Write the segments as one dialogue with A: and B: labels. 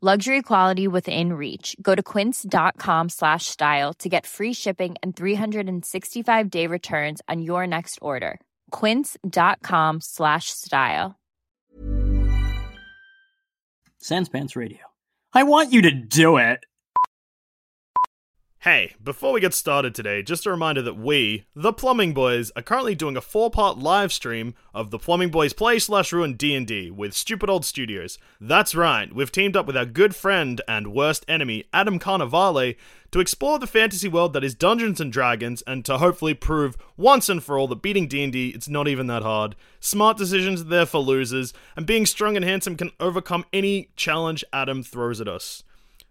A: Luxury quality within reach. Go to quince.com slash style to get free shipping and 365 day returns on your next order. Quince.com slash style.
B: Sanspants Radio. I want you to do it.
C: Hey, before we get started today, just a reminder that we, the Plumbing Boys, are currently doing a four-part live stream of the Plumbing Boys Play slash Ruin D&D with Stupid Old Studios. That's right, we've teamed up with our good friend and worst enemy, Adam Carnivale, to explore the fantasy world that is Dungeons and Dragons and to hopefully prove once and for all that beating D&D it's not even that hard. Smart decisions are there for losers, and being strong and handsome can overcome any challenge Adam throws at us.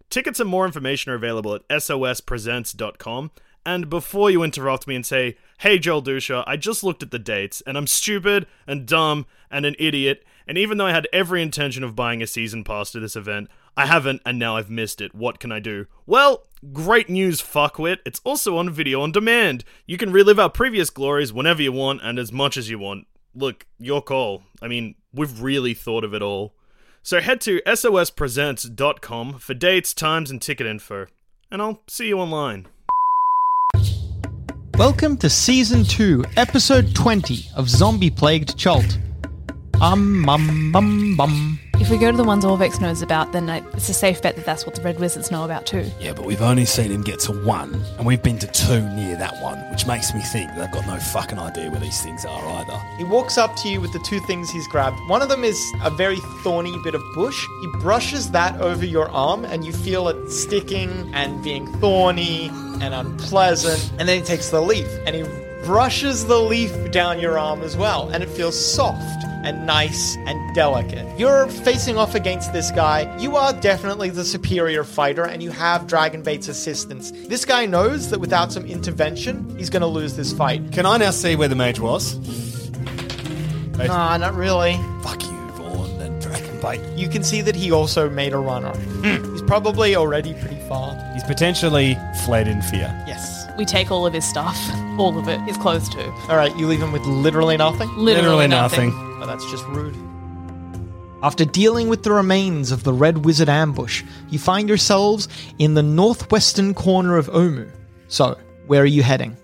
C: Tickets and more information are available at sospresents.com. And before you interrupt me and say, hey, Joel Dusha, I just looked at the dates and I'm stupid and dumb and an idiot, and even though I had every intention of buying a season pass to this event, I haven't and now I've missed it. What can I do? Well, great news, fuckwit. It's also on video on demand. You can relive our previous glories whenever you want and as much as you want. Look, your call. I mean, we've really thought of it all. So head to sospresents.com for dates, times, and ticket info. And I'll see you online.
D: Welcome to Season 2, Episode 20 of Zombie Plagued Chult. Um, um, um, um.
E: If we go to the ones Orvex knows about, then I, it's a safe bet that that's what the Red Wizards know about too.
F: Yeah, but we've only seen him get to one, and we've been to two near that one, which makes me think they've got no fucking idea where these things are either.
G: He walks up to you with the two things he's grabbed. One of them is a very thorny bit of bush. He brushes that over your arm, and you feel it sticking and being thorny and unpleasant. And then he takes the leaf and he brushes the leaf down your arm as well, and it feels soft and nice and delicate. You're facing off against this guy. You are definitely the superior fighter, and you have Dragonbait's assistance. This guy knows that without some intervention, he's going to lose this fight.
F: Can I now see where the mage was?
G: Nah, not really.
F: Fuck you, Vaughn and Dragonbite.
G: You can see that he also made a run on. it.
F: Hmm.
G: He's probably already pretty far.
F: He's potentially fled in fear.
G: Yes.
E: We take all of his stuff, all of it, his clothes too.
G: All right, you leave him with literally nothing.
E: Literally, nothing.
G: But that's just rude. After dealing with the remains of the Red Wizard ambush, you find yourselves in the northwestern corner of Omu. So, where are you heading?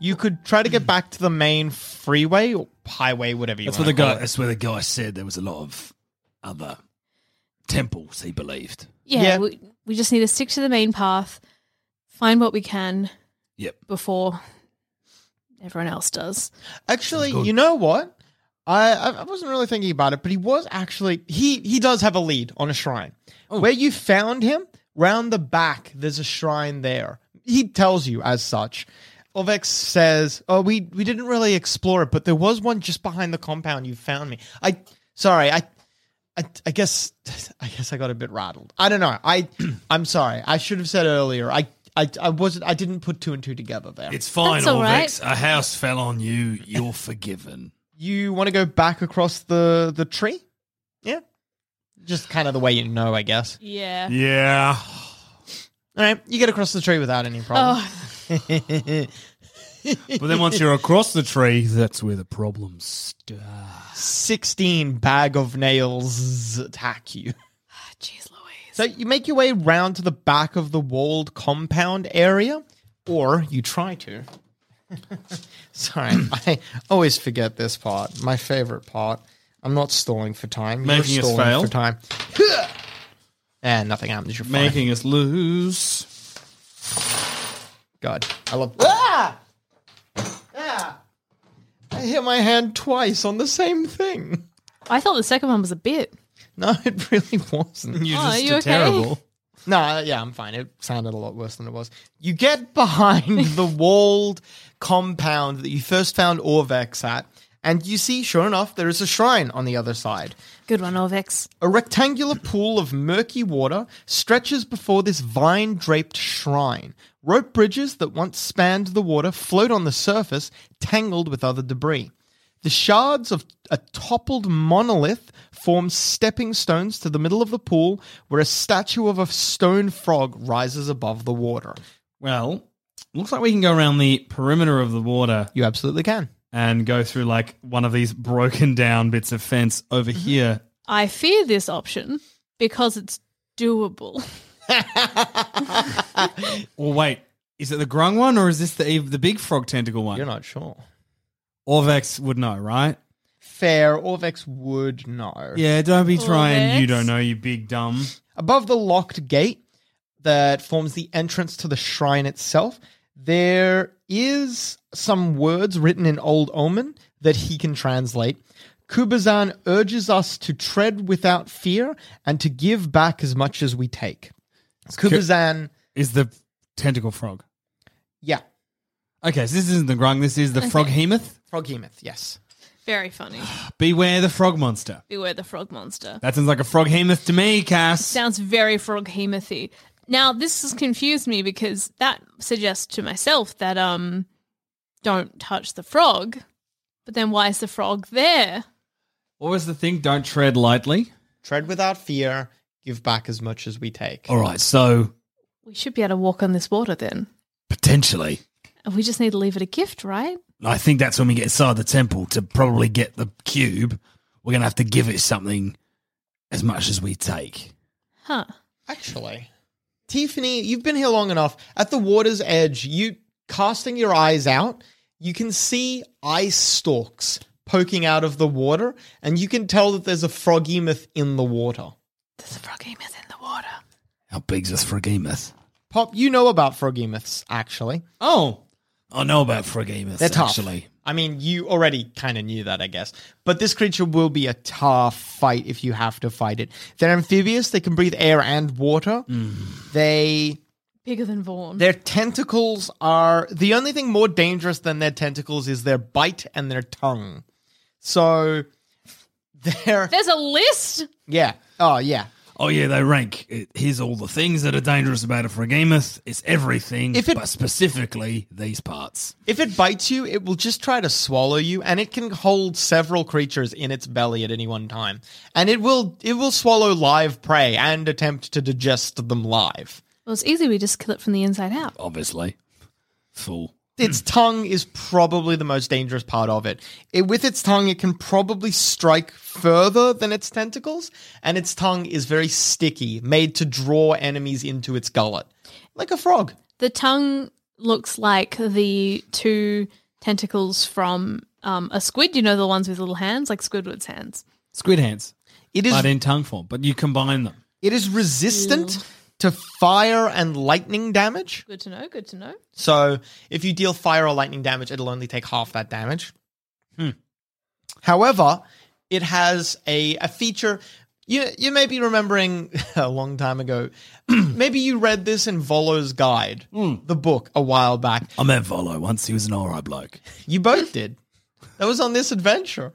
G: You could try to get back to the main freeway or highway, whatever you
F: That's where
G: want
F: the
G: to
F: guy.
G: call it.
F: That's where the guy said there was a lot of other temples. He believed.
H: Yeah,
G: Yeah.
H: We, we just need to stick to the main path, find what we can
F: Yep.
H: before everyone else does.
G: Actually, you know what? I I I wasn't really thinking about it, but he was actually he he does have a lead on a shrine.
H: Oh.
G: Where you found him, round the back, there's a shrine there. He tells you as such. Olvex says, "Oh, we we didn't really explore it, but there was one just behind the compound you found me. I sorry, I." I, I guess I guess I got a bit rattled. I don't know. I I'm sorry. I should have said earlier. I I, I wasn't. I didn't put two and two together there.
F: It's fine,
H: That's all
F: Orvex. A house fell on you. You're forgiven.
G: you want to go back across the the tree yeah just kind of the way you know i guess
H: Yeah.
F: Yeah.
G: all right you get across the tree without any problem
H: Oh,
F: But then once you're across the tree, that's where the problems start.
G: 16 bag of nails attack you
H: jeez Louise.
G: so you make your way round to the back of the walled compound area or you try to sorry i always forget this part my favorite part i'm not stalling for time You're
F: Making us
G: stalling
F: fail?
G: for time and nothing happens you're fine.
F: us lose.
G: God, I love.
I: Ah! Ah!
G: I hit my hand twice on the same thing.
E: I thought the second one was a bit.
G: No, it really wasn't.
E: Oh, are you okay? terrible.
G: No, yeah, I'm fine. It sounded a lot worse than it was. You get behind the walled compound that you first found Orvex at, and you see, sure enough, there is a shrine on the other side.
E: Good one, Orvex.
G: A rectangular pool of murky water stretches before this vine draped shrine. Rope bridges that once spanned the water float on the surface, tangled with other debris. The shards of a toppled monolith form stepping stones to the middle of the pool, where a statue of a stone frog rises above the water.
J: Well, looks like we can go around the perimeter of the water
G: You absolutely can.
J: and go through like one of these broken down bits of fence over
G: Mm-hmm.
J: here.
E: I fear this option because it's doable.
J: Or wait, is it the grung one or is this the ev- the big frog tentacle one?
G: You're not sure.
J: Orvex would know, right?
G: Fair, Orvex would know.
J: Yeah, don't be trying. You
E: Orvex?
J: don't know, you big dumb.
G: Above the locked gate that forms the entrance to the shrine itself, there is some words written in Old Omen that he can translate. Kubazan urges us to tread without fear and to give back as much as we take. Kubazan,
J: Is the tentacle frog?
G: yeah,
J: Okay, so this isn't the grung. This is the frog hemoth.
G: Frog Hemoth, yes.
E: Very funny.
J: Beware the frog monster.
E: Beware the frog monster.
J: That sounds like a frog hemoth to me, Cass.
E: Sounds very frog hemothy. Now this has confused me because that suggests to myself that um don't touch the frog. But then why is the frog there?
J: what was the thing? Don't tread lightly.
G: Tread without fear, give back as much as we take.
F: All right, so
E: We should be able to walk on this water then.
F: potentially,
E: We just need to leave it a gift, right?
F: I think that's when we get inside the temple to probably get the cube. We're going to have to give it something as much as we take.
E: Huh.
G: Actually, Tiffany, you've been here long enough. At the water's edge, you casting your eyes out, you can see ice stalks poking out of the water, and you can tell that there's a frog myth in the water.
E: There's a frog hemoth in the water.
F: How big's this Phrogemus?
G: Pop, you know about frog myths, actually.
J: Oh,
F: I know about Phrogemus,
G: They're tough.
F: actually.
G: I mean, you already kind of knew that, I guess. But this creature will be a tough fight if you have to fight it. They're amphibious, they can breathe air and water.
F: Mm.
G: They
E: Bigger than Vaughn.
G: Their tentacles are the only thing more dangerous than their tentacles is their bite and their tongue. So they're
E: There's a list.
G: yeah. Oh yeah.
F: Oh, yeah, they rank. It, here's all the things that are dangerous about a Phrogemus. It's everything,
G: If it-
F: but specifically these parts.
G: If it bites you, it will just try to swallow you and it can hold several creatures in its belly at any one time. And it will it will swallow live prey and attempt to digest them live.
E: Well, it's easy. We just kill it from the inside out.
F: Obviously. Fool.
G: its tongue is probably the most dangerous part of it. it. With its tongue, it can probably strike further than its tentacles, and its tongue is very sticky, made to draw enemies into its gullet, like a frog.
E: The tongue looks like the two tentacles from um, a squid. You know, the ones with little hands, like Squidward's hands.
J: squid hands,
G: It is
J: but in tongue form. But you combine them.
G: it is resistant to fire and lightning damage.
E: Good to know. Good to know.
G: So if you deal fire or lightning damage, it'll only take half that damage. Hmm. However, it has a, a feature. You, you may be remembering a long time ago. maybe you read this in Volo's Guide,
J: Hmm.
G: the book, a while back.
F: I met Volo once. He was an alright bloke.
G: You both did. That was on this adventure.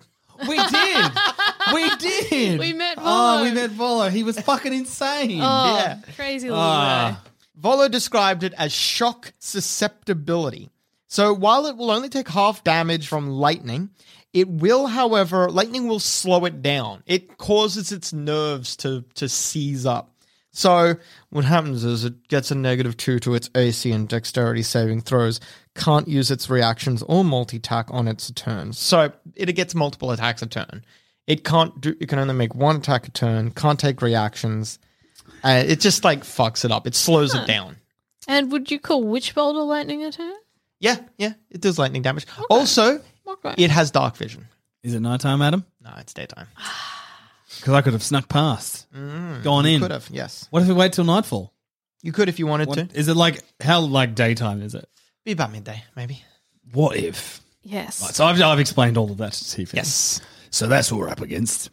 J: We did. we did.
E: We met
J: Oh,
E: Volo.
J: we met Volo. He was fucking insane.
E: Oh,
G: Yeah.
E: crazy little
J: Ah.
E: guy.
G: Volo described it as shock susceptibility. So while it will only take half damage from lightning, it will, however, lightning will slow it down. It causes its nerves to to seize up. So what happens is it gets a negative two to its AC and dexterity saving throws, can't use its reactions or multi-tack on its turn. So it gets multiple attacks a turn. It can't do it can only make one attack a turn, can't take reactions. Uh, it just like fucks it up. It slows it down.
E: And would you call Witch Boulder lightning attack?
G: Yeah, yeah, it does lightning damage. Also,
E: Okay.
G: it has dark vision.
J: Is it nighttime, Adam?
G: No, it's daytime.
J: Because I could have snuck past, gone in.
G: Mm, Could have, yes.
J: What if we wait till nightfall?
G: You could if you wanted
J: What-
G: to.
J: Is it like how like daytime is it?
G: Be about midday, maybe.
F: What if?
E: Yes.
F: Right, so I've, I've explained all of that to Tifa.
G: Yes.
F: So that's what we're up against.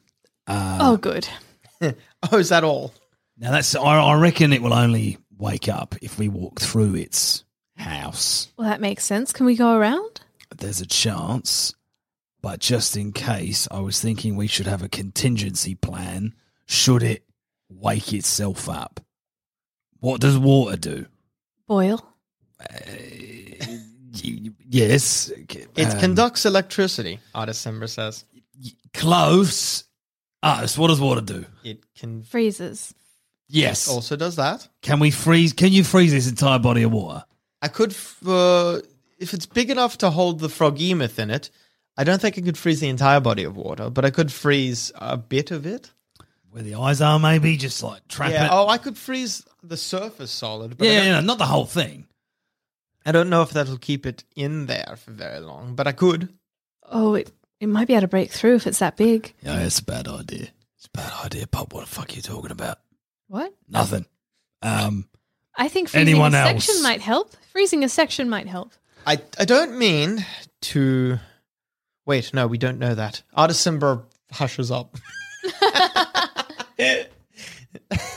F: Uh,
E: oh, good.
G: oh, is that all?
F: Now that's I, I reckon it will only wake up if we walk through its house.
E: Well, that makes sense. Can we go around?
F: There's a chance, but just in case, I was thinking we should have a contingency plan should it wake itself up. What does water do?
E: Boil.
F: Y- Yes,
G: It
F: um,
G: conducts electricity, Artisimber says.
F: close. Us. What does water do?
G: It can
E: Freezes.
F: Yes.
G: also does that.
F: Can we freeze? Can you freeze this entire body of water?
G: I could, f- uh, if it's big enough to hold the frogemoth in it, I don't think I could freeze the entire body of water, but I could freeze a bit of it.
F: Where the eyes are, maybe just like trap
G: Yeah.
F: it.
G: Oh, I could freeze the surface solid, but
F: yeah,
G: I,
F: yeah,
G: don't,
F: yeah, not the whole thing.
G: I don't know if that'll keep it in there for very long. But I could.
E: Oh, it, it might be able to break through if it's that big.
F: Yeah, it's a bad idea. It's a bad idea, Oh, Pop. What the fuck are you talking about?
E: What?
F: Nothing. Um,
E: I think freezing
F: Anyone
E: a
F: else?
E: section might help. Freezing a section might help.
G: I I don't mean to. Wait, no, we don't know that. Artisimber hushes up.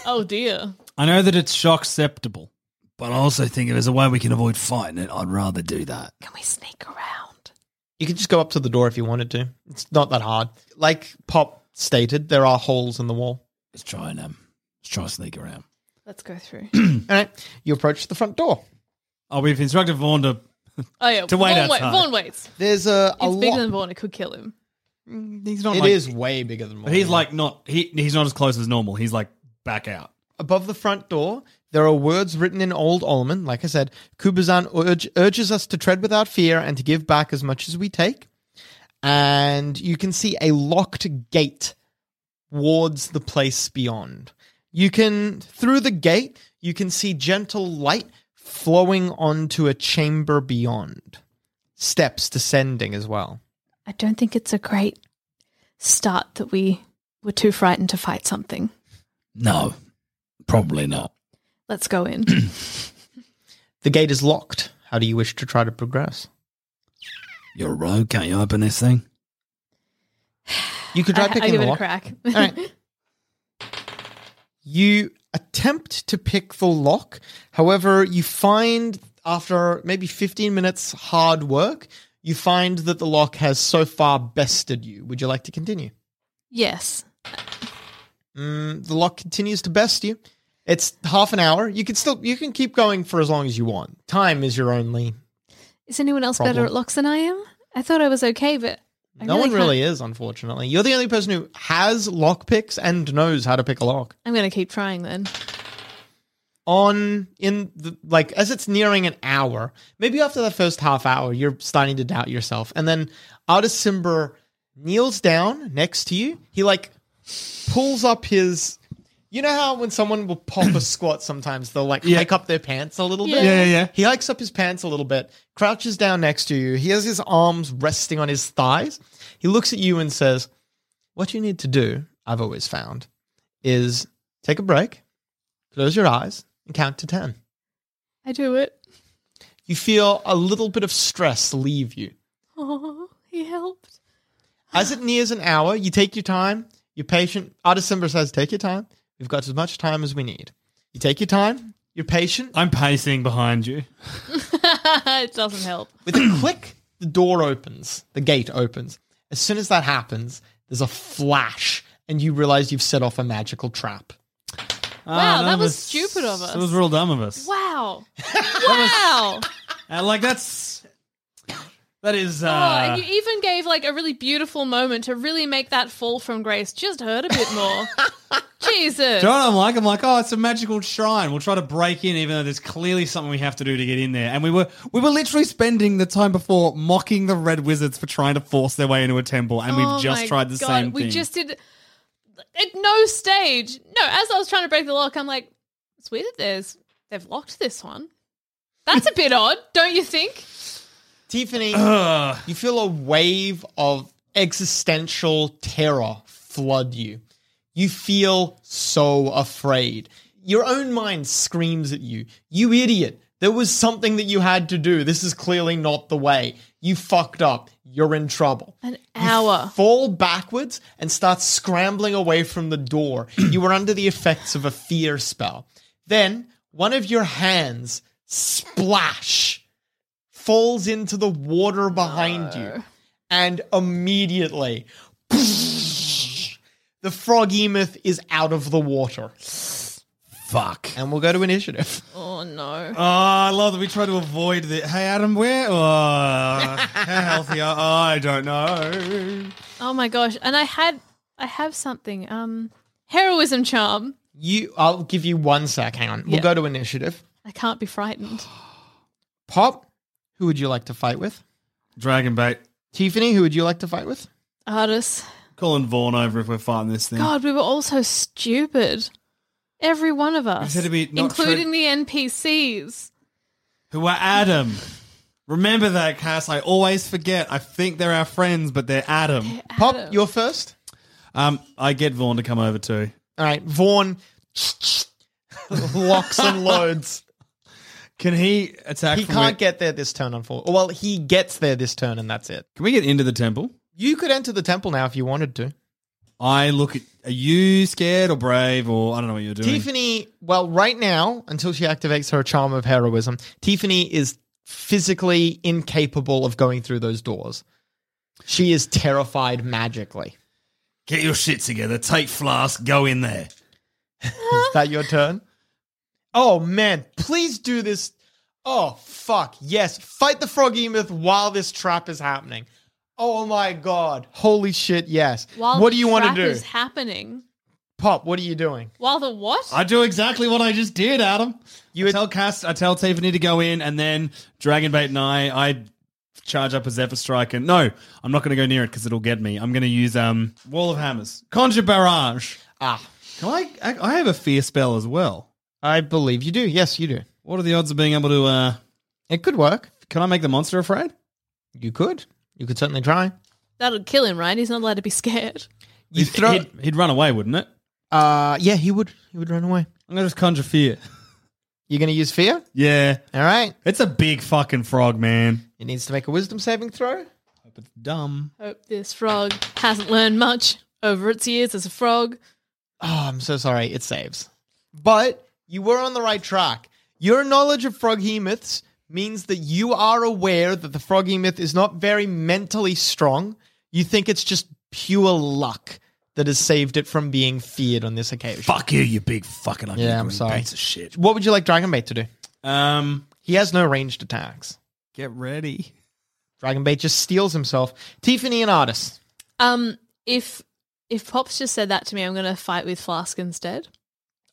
E: Oh dear.
J: I know that it's shock susceptible.
F: but I also think if there's a way we can avoid fighting it, I'd rather do that.
E: Can we sneak around?
G: You could just go up to the door if you wanted to. It's not that hard. Like Pop stated, there are holes in the wall.
F: Let's try and um, let's try and sneak around.
E: Let's go through.
G: All right, you approach the front door.
J: Oh, we've instructed Vaughn to.
E: Oh yeah.
J: To wait
E: Vaughn, wait,
J: outside.
E: Vaughn waits.
G: There's a, a
E: It's bigger
G: lock.
E: than Vaughn. It could kill him.
J: Mm, He's not.
G: It
J: like,
G: is way bigger than.
J: But he's
G: mine.
J: like not. He he's not as close as normal. He's like back out.
G: Above the front door, there are words written in Old Olman. Like I said, Kubazan urge, urges us to tread without fear and to give back as much as we take. And you can see a locked gate wards the place beyond. You can, through the gate, you can see gentle light flowing onto a chamber beyond. Steps descending as well.
E: I don't think it's a great start that we were too frightened to fight something.
F: No, probably not.
E: Let's go in.
G: The gate is locked. How do you wish to try to progress?
F: You're a rogue. Can't you open this thing?
G: You could try
E: I, I
G: picking
E: give it
G: the
E: a
G: lock.
E: crack.
G: All right. You attempt to pick the lock. However, you find after maybe 15 minutes hard work, you find that the lock has so far bested you. Would you like to continue?
E: yes.
G: Mm, the lock continues to best you. It's half an hour. You can still you can keep going for as long as you want. Time is your only.
E: Is anyone else better
G: Problem.
E: at locks than I am? I thought I was okay, but I
G: no one
E: can't-
G: really is, unfortunately. You're the only person who has lock picks and knows how to pick a lock.
E: I'm going to keep trying then.
G: on in the, like as it's nearing an hour maybe after the first half hour you're starting to doubt yourself and then Artisimber kneels down next to you he like pulls up his you know how when someone will pop a squat sometimes they'll like hike up their pants a little bit
J: Yeah, yeah, yeah.
G: he hikes up his pants a little bit crouches down next to you he has his arms resting on his thighs he looks at you and says what you need to do i've always found is take a break close your eyes and count to 10.
E: I do it.
G: You feel a little bit of stress leave you.
E: Oh, he helped.
G: As it nears an hour, you take your time. You're patient. Artisimber says, take your time. We've got as much time as we need. You take your time. You're patient.
J: I'm pacing behind you.
E: it doesn't help.
G: With a click, the door opens. The gate opens. As soon as that happens, there's a flash, and you realize you've set off a magical trap.
E: Wow,
J: Ah,
E: that
J: none
E: was stupid of us.
J: That was real dumb of us.
E: Wow. wow.
J: Uh, like that's that is.
E: Oh,
J: Uh,
E: and you even gave like a really beautiful moment to really make that fall from grace just hurt a bit more. Jesus.
J: do you know what I'm like? I'm like, oh, it's a magical shrine. We'll try to break in, even though there's clearly something we have to do to get in there. And we were we were literally spending the time before mocking the red wizards for trying to force their way into a temple, and
E: Oh
J: we've just
E: my
J: tried the
E: God,
J: same
E: We
J: thing.
E: just did at no stage. No, as I was trying to break the lock, I'm like, it's weird that there's they've locked this one. That's a bit odd, don't you think? Oh
G: Tiffany,
J: Ugh.
G: You feel a wave of existential terror flood you. You feel so afraid. Your own mind screams at you, you idiot. There was something that you had to do. This is clearly not the way. You fucked up. You're in trouble.
E: An hour.
G: Fall backwards and start scrambling away from the door. you were under the effects of a fear spell. Then one of your hands splash falls into the water behind you. And immediately, the frog emyth is out of the water.
F: Fuck.
G: And we'll go to initiative. Ah,
E: Oh no.
J: Oh, I love that we try to avoid the. Hey, Adam, where? Oh, how healthy are oh, I don't know.
E: Oh my gosh. And I had I have something. Um heroism charm.
G: You, I'll give you one sec. Hang on. We'll
E: Yeah.
G: go to initiative.
E: I can't be frightened.
G: Pop, who would you like to fight with?
J: Dragon bait.
G: Tiffany, who would you like to fight with?
E: Artis.
J: Calling Vaughn over if we're fighting this thing.
E: God, we were all so stupid. Every one of us.
J: said to be not
E: including the NPCs.
J: Who are Adam? Remember that, Cass. I always forget. I think they're our friends, but they're Adam.
G: Pop, you're first.
J: Um, I get Vaughn to come over too.
G: All right. Vaughn locks and loads.
J: Can he attack?
G: He
J: from
G: can't
J: where-
G: get there this turn, unfortunately. Well, he gets there this turn, and that's it.
J: Can we get into the temple?
G: You could enter the temple now if you wanted to.
J: I look at. Are you scared or brave or I don't know what you're doing?
G: Tiffany, well, right now, until she activates her charm of heroism, Tiffany is physically incapable of going through those doors. She is terrified magically.
F: Get your shit together. Take flask. Go in there.
G: Is that your turn? Oh man, please do this. Oh fuck, yes. Fight the frog emyth while this trap is happening. Oh my god. Holy shit, yes.
E: While
G: what
E: the
G: do you want
E: trap
G: to do?
E: is happening.
G: Pop, what are you doing?
E: While the what?
J: I do exactly what I just did, Adam.
G: You
J: You
G: would-
J: tell Cass, I tell Tiffany to go in, and then Dragonbait and I, I charge up a Zephyr Strike, and no, I'm not going to go near it because it'll get me. I'm going to use um Wall of Hammers, Conjure Barrage.
G: Ah,
J: Can I, I? I have a fear spell as well.
G: I believe you do. Yes, you do.
J: What are the odds of being able to? uh
G: It could work.
J: Can I make the monster afraid?
G: You could. You could certainly try.
E: That'll kill him, right? He's not allowed to be scared.
G: You
J: he'd,
G: throw
J: he'd, he'd run away, wouldn't it?
G: uh yeah, he would he would run away.
J: I'm going to just conjure fear.
G: You're gonna use fear?
J: Yeah,
G: Alright.
J: it's a big fucking frog, man.
G: It needs to make a wisdom saving throw.
J: Hope it's dumb.
E: Hope this frog hasn't learned much over its years as a frog.
G: Oh, I'm so sorry. It saves. But you were on the right track. Your knowledge of frog hemoths means that you are aware that the frog hemoth is not very mentally strong. You think it's just pure luck that has saved it from being feared on this occasion.
F: Fuck you, you big fucking ugly
G: Yeah, I'm
F: green
G: sorry.
F: piece of shit.
G: What would you like Dragonbait to do?
J: Um,
G: He has no ranged attacks.
J: get ready.
G: Dragonbait just steals himself. Tiffany and Artis.
E: Um, if if Pops just said that to me, I'm going to fight with Flask instead.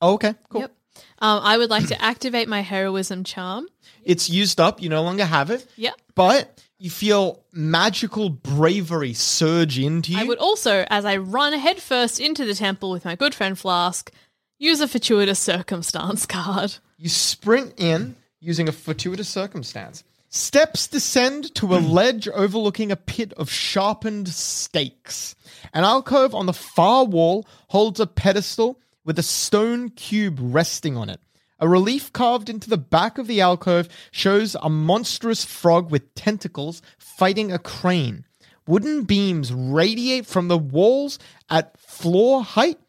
G: Oh, okay, cool.
E: Yep. Um, I would like to activate my heroism charm.
G: It's used up. You no longer have it.
E: Yep.
G: But you feel magical bravery surge into you.
E: I would also, as I run headfirst into the temple with my good friend Flask, use a fortuitous circumstance card.
G: You sprint in using a fortuitous circumstance. Steps descend to a ledge overlooking a pit of sharpened stakes. An alcove on the far wall holds a pedestal with a stone cube resting on it. A relief carved into the back of the alcove shows a monstrous frog with tentacles fighting a crane. Wooden beams radiate from the walls at floor height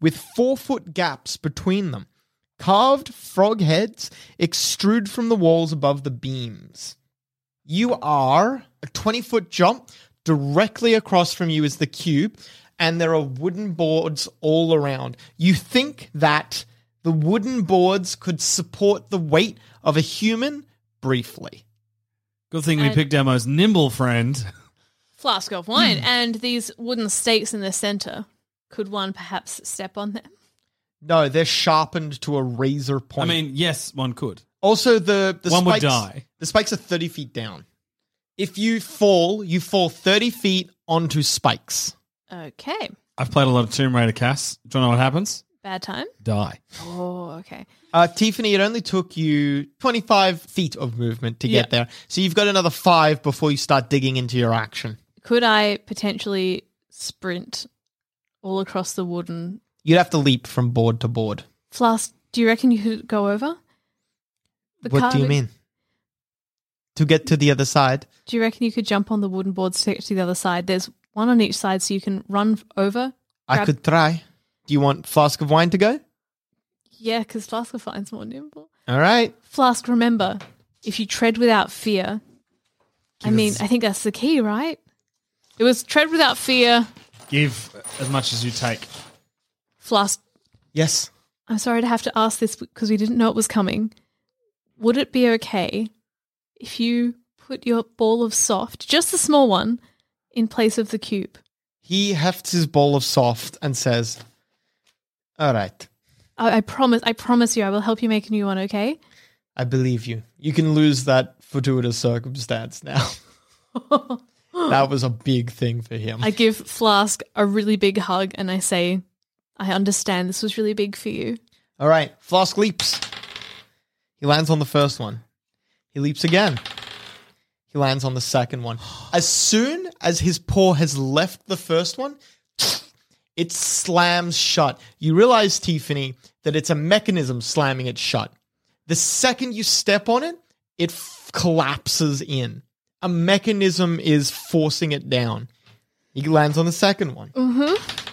G: with four foot gaps between them. Carved frog heads extrude from the walls above the beams. You are a 20 foot jump. Directly across from you is the cube, and there are wooden boards all around. You think that the wooden boards could support the weight of a human briefly.
J: Good thing we
E: And-
J: picked our most nimble friend.
E: Flask of
G: Hmm.
E: wine, and these wooden stakes in the center. Could one perhaps step on them?
G: No, they're sharpened to a razor point.
J: I mean, yes, one could.
G: Also, the, the
J: One
G: spikes,
J: would die.
G: The spikes are thirty feet down. If you fall, you fall thirty feet onto spikes.
E: Okay.
J: I've played a lot of Tomb Raider, Cass. Do you know what happens?
E: Bad time.
J: Die.
E: Oh, okay.
G: Uh, Tiffany, it only took you twenty-five feet of movement to get
E: Yeah.
G: there, so you've got another five before you start digging into your action.
E: Could I potentially sprint all across the wooden
G: You'd have to leap from board to board.
E: Flask, do you reckon you could go over?
G: What do you
E: Bakaru-
G: mean? To get to the other side?
E: Do you reckon you could jump on the wooden boards to get to the other side? There's one on each side, so you can run f- over.
G: I
E: grab-
G: could try. Do you want flask of wine to go?
E: Yeah, because Flask finds more nimble.
G: All right.
E: Flask, remember, if you tread without fear, I mean, I think that's the key, right? It was tread without fear.
J: Give as much as you take.
E: Flask,
G: Yes.
E: I'm sorry to have to ask this because we didn't know it was coming. Would it be okay if you put your ball of soft, just the small one, in place of the cube?
G: He hefts his ball of soft and says, All right.
E: I, I promise, I promise you, I will help you make a new one. Okay?
G: I believe you. You can lose that fortuitous circumstance now. that was a big thing for him.
E: I give Flask a really big hug and I say, I understand this was really big for you.
G: All right. Flask leaps. He lands on the first one. He leaps again. He lands on the second one. As soon as his paw has left the first one, it slams shut. You realize, Tiffany, that it's a mechanism slamming it shut. The second you step on it, it f- collapses in. A mechanism is forcing it down. He lands on the second one.
E: Mm-hmm.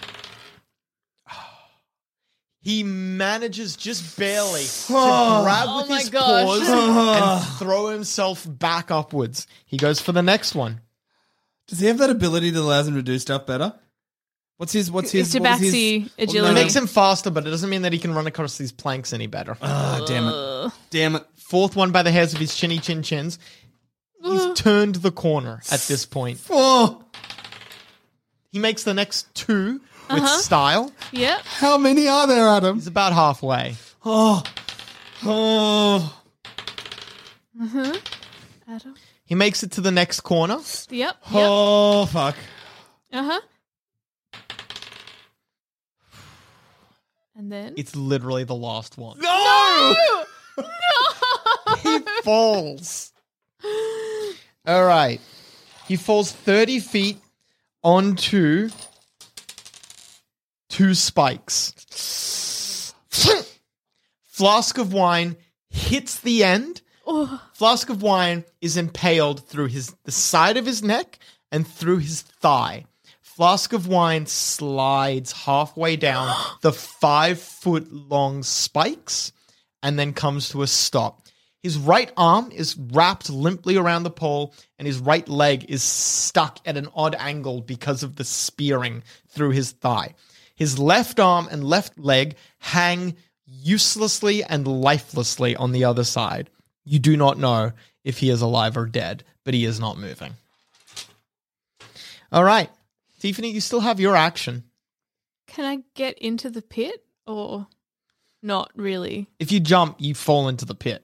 G: He manages just barely to
I: Oh.
G: grab
E: Oh
G: with
E: my
G: his
E: gosh.
G: paws and throw himself back upwards. He goes for the next one.
J: Does he have that ability that allows him to do stuff better? What's his? What's his?
E: It's
J: what's his-
E: Tabaxi
J: well,
E: agility.
G: It makes him faster, but it doesn't mean that he can run across these planks any better.
J: Ah, damn it! Damn it!
G: Fourth one by the hairs of his chinny chin chins. He's turned the corner at this point.
J: Oh,
G: He makes the next two with
E: Uh-huh.
G: style.
E: Yep.
J: how many are there, Adam?
G: He's about halfway.
J: Oh, oh!
E: Mm-hmm. Adam.
G: He makes it to the next corner.
E: Yep. Yep.
J: Oh, fuck.
E: Uh-huh. And then
G: It's literally the last one.
J: No!
G: he falls. All right. He falls 30 feet onto two spikes. Flask of wine hits the end. Flask of wine is impaled through his the side of his neck and through his thigh. Flask of wine slides halfway down the five foot long spikes and then comes to a stop. His right arm is wrapped limply around the pole, and his right leg is stuck at an odd angle because of the spearing through his thigh. His left arm and left leg hang uselessly and lifelessly on the other side. You do not know if he is alive or dead, but he is not moving. All right. Tiffany, you still have your action.
E: can I get into the pit or not really?
G: If you jump, you fall into the pit.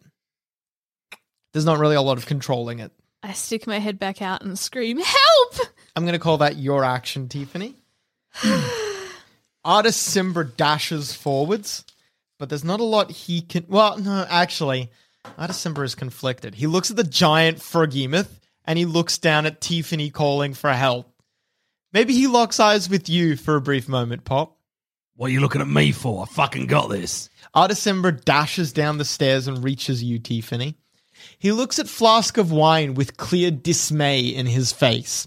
G: There's not really a lot of controlling it.
E: I stick my head back out and scream, "Help!"
G: I'm going to call that your action, Tiffany. Artist Simbra dashes forwards, but there's not a lot he can. Well, no, actually, Artist Simbra is conflicted. He looks at the giant Frogemoth and he looks down at Tiffany calling for help. Maybe he locks eyes with you for a brief moment, Pop.
F: What are you looking at me for? I fucking got this.
G: Artist Simbra dashes down the stairs and reaches you, Tiffany. He looks at Flask of Wine with clear dismay in his face.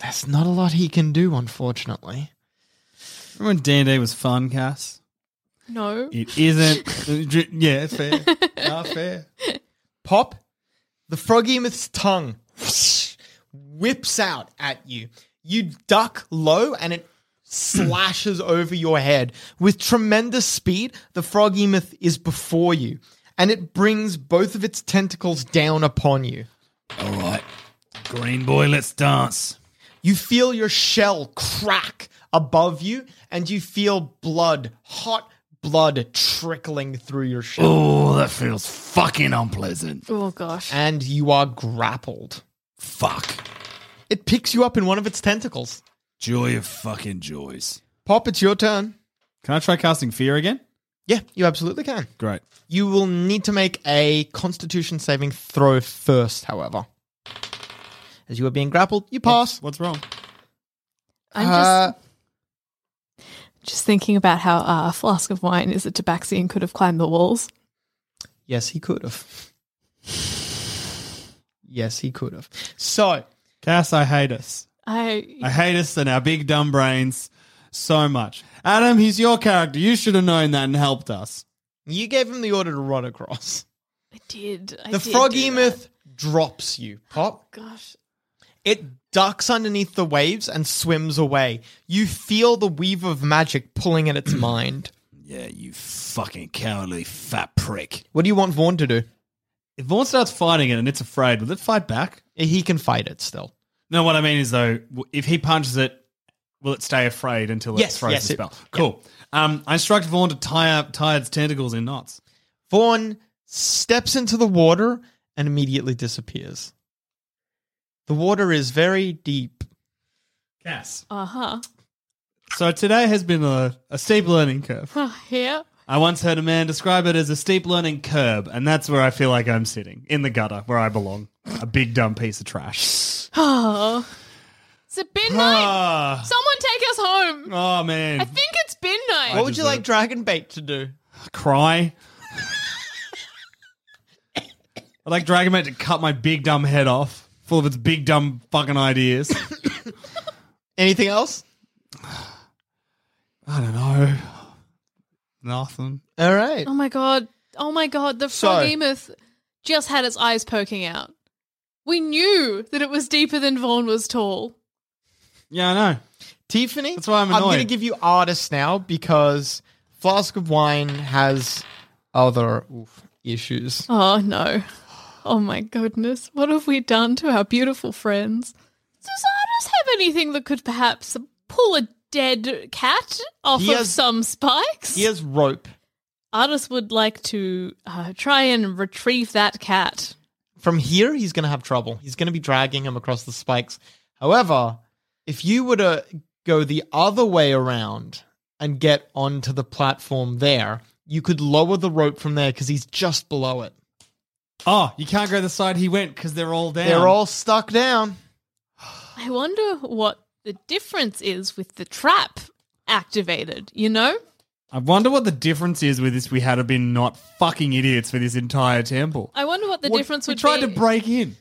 G: There's not a lot he can do, unfortunately.
J: Remember when D and D was fun, Cass?
E: No.
J: It isn't. yeah, fair. Not fair.
G: Pop, the Frogemoth's tongue whips out at you. You duck low and it slashes over your head. With tremendous speed, the Frogemoth is before you and it brings both of its tentacles down upon you.
F: All right, green boy, let's dance.
G: You feel your shell crack above you and you feel blood, hot blood trickling through your shell.
F: Oh, that feels fucking unpleasant.
E: Oh gosh.
G: And you are grappled.
F: Fuck.
G: It picks you up in one of its tentacles.
F: Joy of fucking joys.
G: Pop, it's your turn.
J: Can I try casting fear again?
G: Yeah, you absolutely can.
J: Great.
G: You will need to make a constitution saving throw first, however. As you are being grappled, you pass. Uh,
J: What's wrong?
E: I'm
J: Uh,
E: just just thinking about how uh, a flask of wine is a tabaxi and could have climbed the walls.
G: yes, he could have. Yes, he could have. So,
J: Cass, I hate us.
E: I
J: I hate us and our big dumb brains so much. Adam, he's your character. You should have known that and helped us.
G: You gave him the order to run across.
E: did. I
G: The
E: did
G: frog
E: do
G: emyth drops you, Pop.
E: that. Gosh.
G: It ducks underneath the waves and swims away. You feel the weave of magic pulling at its mind.
F: Yeah, you fucking cowardly fat prick.
G: What do you want Vaughn to do?
J: If Vaughn starts fighting it and it's afraid, will it fight back?
G: He can fight it still.
J: No, what I mean is though, w- if he punches it, will it stay afraid until it
G: Yes,
J: throws
G: yes, it-
J: the spell? cool. Um, I instruct Vaughn to tie up tie its tentacles in knots.
G: Vaughn steps into the water and immediately disappears. The water is very deep.
J: Cass.
E: Uh huh.
J: So today has been a, a steep learning curve.
E: Here.
J: I once heard a man describe it as a steep learning curb, and that's where I feel like I'm sitting in the gutter where I belong. A big dumb piece of trash.
E: Oh. Is it bin night?
J: Ah.
E: Someone take us home.
J: Oh man,
E: I think it's bin night.
G: What would you
J: deserve-
G: like Dragon Bait to do?
J: cry. I'd like Dragon Maid to cut my big dumb head off, full of its big dumb fucking ideas.
G: Anything else?
J: I don't know. Nothing.
G: All right.
E: Oh my god. Oh my god. The
G: So-
E: frog emyth just had its eyes poking out. We knew that it was deeper than Vaughn was tall.
J: Yeah, I know.
G: Tiffany,
J: That's why I'm
G: I'm going to
J: annoyed.
G: give you artists now because Flask of Wine has other oof, issues.
E: Oh no. Oh my goodness. What have we done to our beautiful friends? Does Artis have anything that could perhaps pull a dead cat off
G: He
E: of
G: has-
E: some spikes?
G: He has rope
E: Artis would like to uh, try and retrieve that cat.
G: From here, he's going to have trouble. He's going to be dragging him across the spikes. However, if you were to go the other way around and get onto the platform there, you could lower the rope from there because he's just below it.
J: Oh, you can't go the side he went because they're all down.
G: They're all stuck down.
E: I wonder what the difference is with the trap activated, you know?
J: I wonder what the difference is with this. We had been not fucking idiots for this entire temple.
E: I wonder what the
J: What-
E: difference
J: we
E: would
J: tried
E: be.
J: to break in.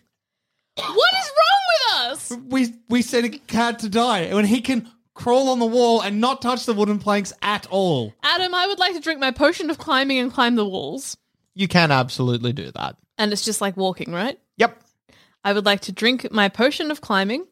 E: what is wrong with us?
J: We we sent a cat to die when he can crawl on the wall and not touch the wooden planks at all.
E: Adam, I would like to drink my potion of climbing and climb the walls.
G: You can absolutely do that.
E: And it's just like walking, right?
G: Yep.
E: I would like to drink my potion of climbing,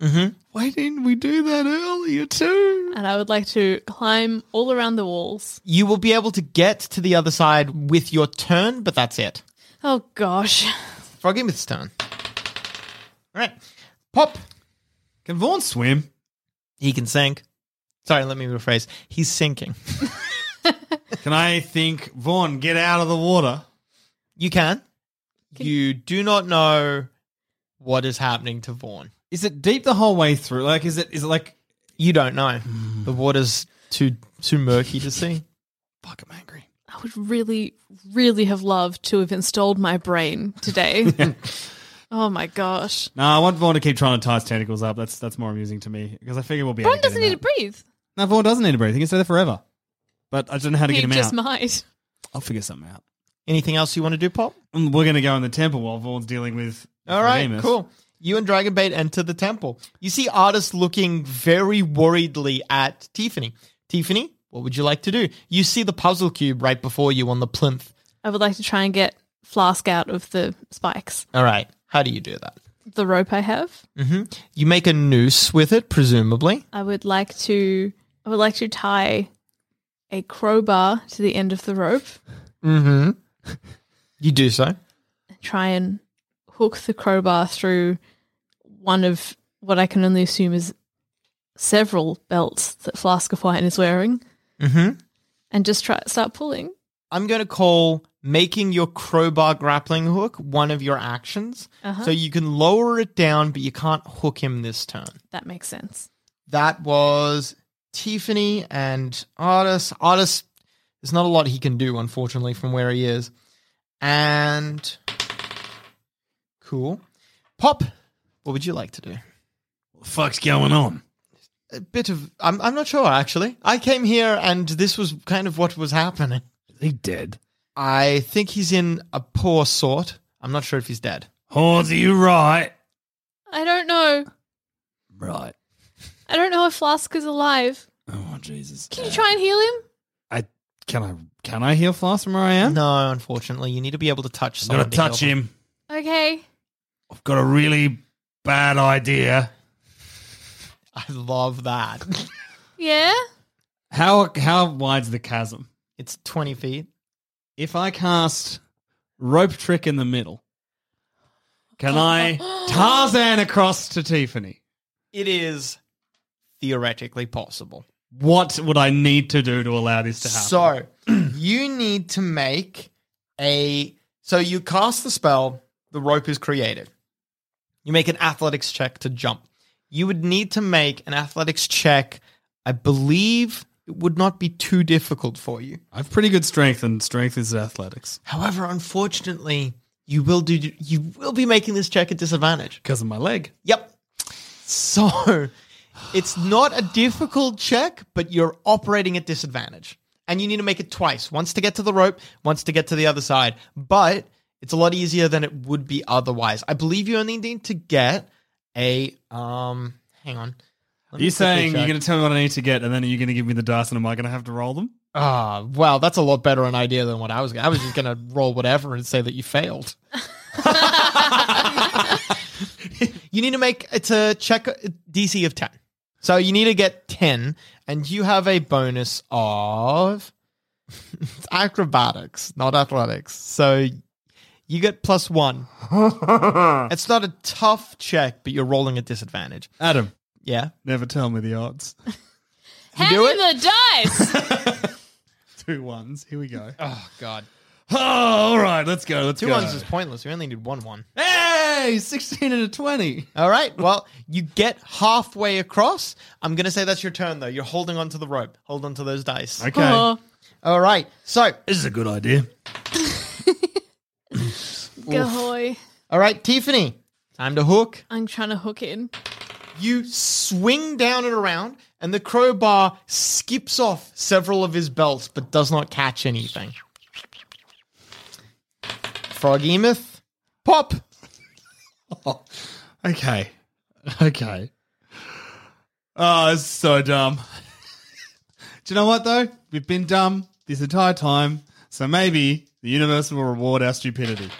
E: Mm-hmm.
J: Why didn't we do that earlier too?
E: and I would like to climb all around the walls.
G: You will be able to get to the other side with your turn, but that's it.
E: Oh gosh.
G: Froggy Myth's turn. All right. Pop.
J: Can Vaughn swim?
G: He can sink. Sorry, let me rephrase. He's sinking.
J: Can I think Vaughn get out of the water?
G: You can. you do not know what is happening to Vaughn.
J: Is it deep the whole way through? Like, is it is it like? Hmm.
G: You don't know. The water's too too murky to see.
J: Fuck, I'm angry.
E: I would really, really have loved to have installed my brain today. Oh my gosh.
J: No, I want Vaughn to keep trying to tie his tentacles up. That's that's more amusing to me because I figure we'll be. able
E: Brain
J: to get
E: doesn't
J: him
E: need to
J: out.
E: breathe.
J: No, Vaughn doesn't need to breathe. He can stay there forever. But I don't know how to
E: He
J: get him
E: just
J: out.
E: might.
J: I'll figure something out.
G: Anything else you want to do, Pop?
J: Mm, We're going to go in the temple while Vaughn's dealing with.
G: All right,
J: Remus.
G: cool. You and Dragonbait enter the temple. You see Artis looking very worriedly at Tiffany. Tiffany, what would you like to do? You see the puzzle cube right before you on the plinth.
E: I would like to try and get Flask out of the spikes,
G: All right, how do you do that?
E: the rope I have.
G: Mm-hmm. You make a noose with it, presumably.
E: I would like to I would like to tie a crowbar to the end of the rope
G: Mm-hmm. You do so.
E: and try and hook the crowbar through one of what I can only assume is several belts that Flask of Wine is wearing
G: Mm-hmm.
E: and just try start pulling.
G: I'm going to call making your crowbar grappling hook one of your actions.
E: Uh-huh.
G: So you can lower it down, but you can't hook him this turn.
E: That makes sense.
G: That was Tiffany and Artis. Artis, there's not a lot he can do, unfortunately, from where he is. And cool. Pop, what would you like to do?
F: What the fuck's going on?
G: A bit of, I'm, I'm not sure actually. I came here and this was kind of what was happening.
F: Is he dead?
G: I think he's in a poor sort. I'm not sure if he's dead.
F: Horns, are you right?
E: I don't know.
F: Right.
E: I don't know if Flask is alive.
F: Oh Jesus!
E: Can you try and heal him?
F: I can I can I heal Floss from where I am?
G: No, unfortunately, you need to be able to touch.
F: I'm gonna
G: someone to
F: touch
G: heal them.
F: him.
E: Okay.
F: I've got a really bad idea.
G: I love that.
E: Yeah.
J: How how wide's the chasm?
G: it's 20 feet.
J: If I cast rope trick in the middle, can I Tarzan across to Tiffany?
G: It is theoretically possible.
J: What would I need to do to allow this to happen?
G: So you need to make a. So you cast the spell, the rope is created. You make an athletics check to jump. You would need to make an athletics check. I believe it would not be too difficult for you.
J: I have pretty good strength, and strength is athletics
G: However, unfortunately, you will do. You will be making this check at disadvantage.
J: because of my leg.
G: Yep. So it's not a difficult check, but you're operating at disadvantage. And you need to make it twice once to get to the rope, once to get to the other side. But it's a lot easier than it would be otherwise. I believe you only need to get a. um. Hang on.
J: Are you saying you're going to tell me what I need to get, and then are you going to give me the dice, and am I going to have to roll them?
G: Ah, wow, that's a lot better an idea than what I was. I was just going to roll whatever and say that you failed. you need to make it's a check DC of ten. So you need to get ten, and you have a bonus of it's acrobatics, not athletics. So you get plus one. it's not a tough check, but you're rolling at disadvantage.
J: Adam,
G: Yeah,
J: never tell me the odds.
E: Hand
G: do
E: him the dice.
J: Two ones. Here we go.
G: Oh God,
J: Oh, all right, let's go. Let's
G: two
J: go.
G: ones is pointless. We only need one one.
J: Hey, 16 and a 20.
G: All right. Well, you get halfway across. I'm going to say that's your turn, though. You're holding onto the rope. Hold onto those dice.
J: Okay.
E: oh,
G: All right. So,
F: This is a good idea.
E: gahoy.
G: all right, Tiffany, time to hook.
E: I'm trying to hook in.
G: You swing down and around, and the crowbar skips off several of his belts but does not catch anything. Frog Emeth, pop.
J: Okay. Okay. Oh, it's so dumb. Do you know what, though? We've been dumb this entire time, so maybe the universe will reward our stupidity.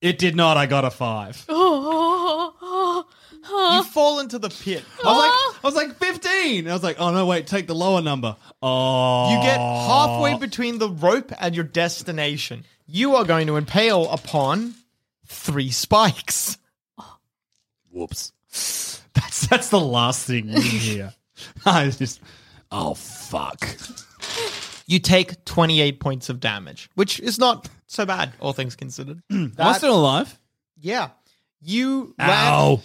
J: It did not. I got a five. I
E: Oh, oh, oh,
G: You fall into the pit.
J: was like, I was like 15. I was like, oh, no, wait, take the lower number. Oh.
G: You get halfway between the rope and your destination. You are going to impale upon three spikes.
F: Whoops.
J: That's, that's the last thing in here. I just,
F: Oh fuck.
G: You take 28 points of damage, which is not so bad, all things considered.
J: am I still alive?
G: yeah. You land-
F: Ow.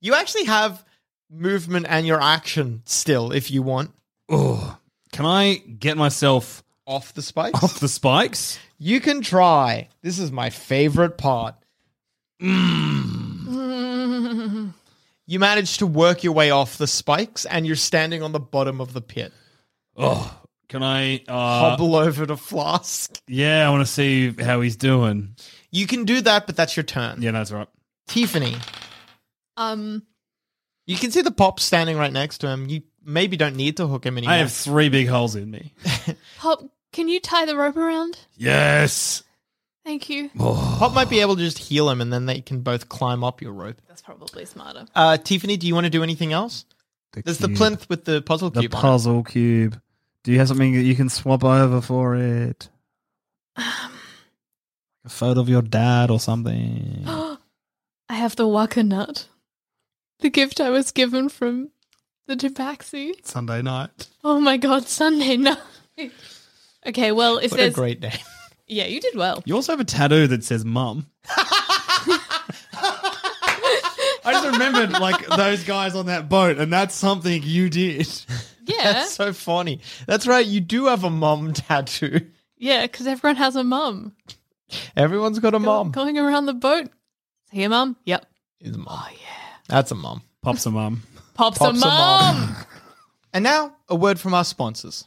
G: you actually have movement and your action still if you want
J: Oh, can I get myself
G: off the spikes.
J: off the spikes?
G: you can try. This is my favorite part. You manage to work your way off the spikes and you're standing on the bottom of the pit.
J: Oh, can I? Uh,
G: Hobble over to Flask.
J: yeah, I want to see how he's doing.
G: You can do that, but that's your turn.
J: Yeah, that's right.
G: Tiffany,
E: Um,
G: you can see the pop standing right next to him. You maybe don't need to hook him anymore.
J: I have three big holes in me.
E: Pop, can you tie the rope around?
F: Yes.
E: Thank you.
G: Pop might be able to just heal him, and then they can both climb up your rope.
E: That's probably smarter.
G: Uh, Tiffany, do you want to do anything else? There's the plinth with the puzzle
F: The
G: cube. on it.
F: puzzle cube. Do you have something that you can swap over for it?
E: Um,
F: A photo of your dad or something.
E: I have the Waka nut, the gift I was given from the Tabaxi.
J: Sunday night.
E: Oh my god, Sunday night. okay, well, if
G: What a
E: there's.
G: great day.
E: yeah, you did well.
J: You also have a tattoo that says "mum." I just remembered like those guys on that boat, and that's something you did.
E: Yeah.
G: That's so funny. That's right. You do have a mum tattoo.
E: yeah, because everyone has a mum.
G: Everyone's got a
E: Go-
G: mum.
E: Going around the boat. Here, mum? Yep.
G: It's a mum. Oh yeah, that's a mum.
J: Pops a mum.
E: Pops,
G: Pops
E: a
G: a
E: mum.
G: mum. And now a word from our sponsors.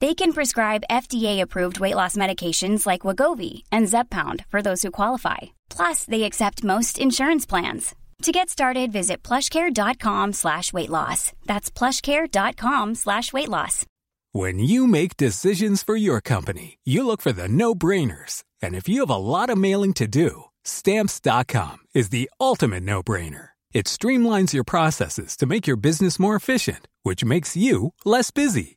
K: They can prescribe FDA-approved weight loss medications like Wagovi and Zepbound for those who qualify. Plus, they accept most insurance plans. To get started, visit plushcare.com slash weight loss. That's plushcare.com slash weight loss.
B: When you make decisions for your company, you look for the no-brainers. And if you have a lot of mailing to do, stamps.com is the ultimate no-brainer. It streamlines your processes to make your business more efficient, which makes you less busy.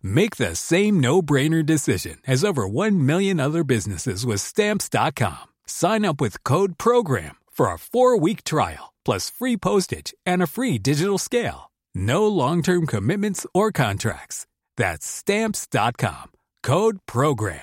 B: Make the same no brainer decision as over 1 million other businesses with Stamps.com. Sign up with Code Program for a four week trial, plus free postage and a free digital scale. No long term commitments or contracts. That's Stamps.com. Code Program.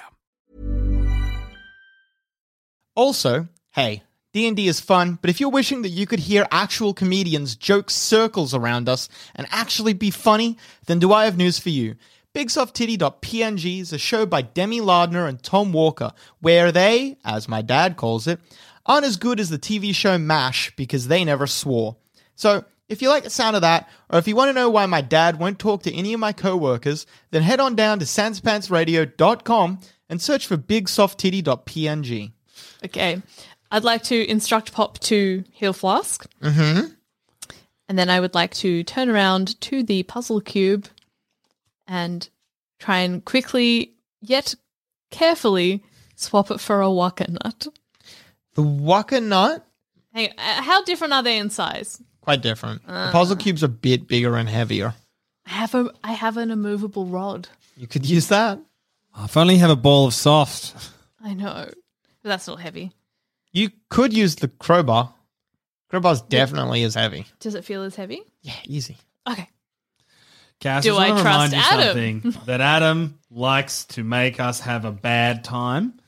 G: Also, hey, D&D is fun, but if you're wishing that you could hear actual comedians joke circles around us and actually be funny, then do I have news for you. BigSoftTitty.png is a show by Demi Lardner and Tom Walker, where they, as my dad calls it, aren't as good as the TV show MASH because they never swore. So, if you like the sound of that, or if you want to know why my dad won't talk to any of my coworkers, then head on down to sanspantsradio.com and search for BigSoftTitty.png.
E: Okay. I'd like to instruct Pop to heal Flask,
G: Mm-hmm.
E: and then I would like to turn around to the puzzle cube and try and quickly, yet carefully, swap it for a Waka nut.
G: The Waka Nut?
E: Hey, uh, how different are they in size?
G: Quite different.
E: Uh.
G: the puzzle cube's a bit bigger and heavier.
E: I have a I have an immovable rod.
G: You could use that.
J: Oh, If only you have a ball of soft.
E: I know, but that's not heavy.
G: You could use the crowbar. Crowbar's definitely as heavy.
E: Does it feel as heavy?
G: Yeah, easy.
E: Okay.
J: Cass,
E: Do
J: I, just
E: I trust
J: want to remind you
E: Adam?
J: something that Adam likes to make us have a bad time.